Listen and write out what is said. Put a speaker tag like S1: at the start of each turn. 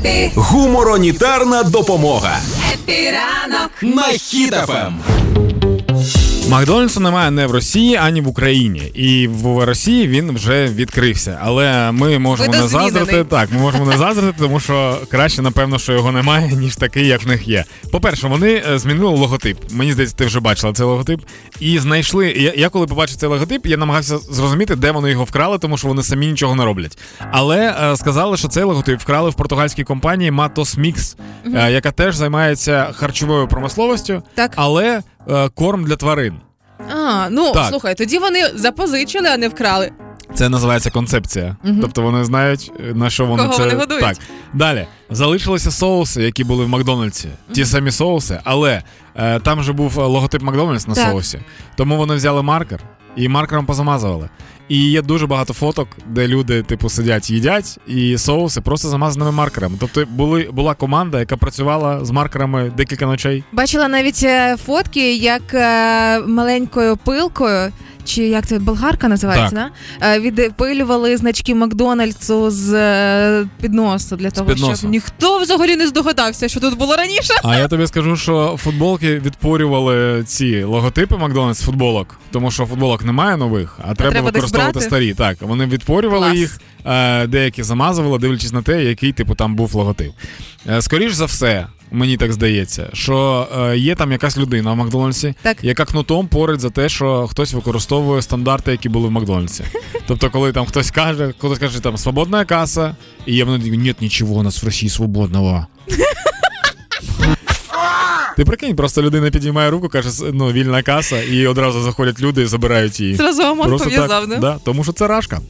S1: Епі,
S2: Гуморонітарна допомога
S1: епі ранок.
S2: на Ем. хітафем.
S3: Макдональдсу немає не в Росії, ані в Україні. І в Росії він вже відкрився. Але ми можемо не
S1: Видозмінений.
S3: заздрити. Так, ми можемо не заздрити, тому що краще, напевно, що його немає, ніж такий, як в них є. По-перше, вони е, змінили логотип. Мені здається, ти вже бачила цей логотип. І знайшли. Я, я коли побачив цей логотип, я намагався зрозуміти, де вони його вкрали, тому що вони самі нічого не роблять. Але е, сказали, що цей логотип вкрали в португальській компанії Matos Mix, е, яка теж займається харчовою промисловістю,
S4: Так.
S3: але е, корм для тварин.
S4: А, ну
S3: Так.
S4: слухай, тоді вони запозичили, а не вкрали.
S3: Це називається концепція. Тобто вони знають, е, на що вони
S4: Кого
S3: це
S4: вони годують.
S3: так. Далі залишилися соуси, які були в Макдональдсі. Ті самі соуси, але е, там же був е, логотип Макдональдс на
S4: Так.
S3: соусі. Тому вони взяли маркер і маркером позамазували. І є дуже багато фоток, де люди, типу, сидять, їдять, і соуси просто замазаними маркерами. Тобто були, була команда, яка працювала з маркерами декілька ночей.
S4: Бачила навіть е, фотки, як е, маленькою пилкою. Чи як це болгарка називається?
S3: Так.
S4: Да? Е, Відпилювали значки Макдональдсу з е, підносу для того,
S3: підносу.
S4: щоб ніхто взагалі не здогадався, що тут було раніше.
S3: А я тобі скажу, що футболки відпорювали ці логотипи Макдональдс футболок, тому що футболок немає нових, а треба,
S4: треба десь
S3: використовувати
S4: брати?
S3: старі. Так, вони відпорювали
S4: Клас.
S3: їх, е, деякі замазували, дивлячись на те, який типу там був логотип. Е, Скоріш за все, мені так здається, що е, є там якась людина в Макдональдсі,
S4: Так.
S3: яка кнутом порить за те, що хтось використовує стандарти, які були в Макдональдсі. Тобто, коли там хтось каже, хтось каже, там свободна каса, і я вони ні, нічого, у нас в Росії свободного. Ти прикинь, просто людина підіймає руку, каже, «С- ну, вільна каса, і одразу заходять люди і забирають її.
S4: Зразу ОМОН
S3: Просто
S4: пов'язав,
S3: так,
S4: не?
S3: да, тому що це рашка.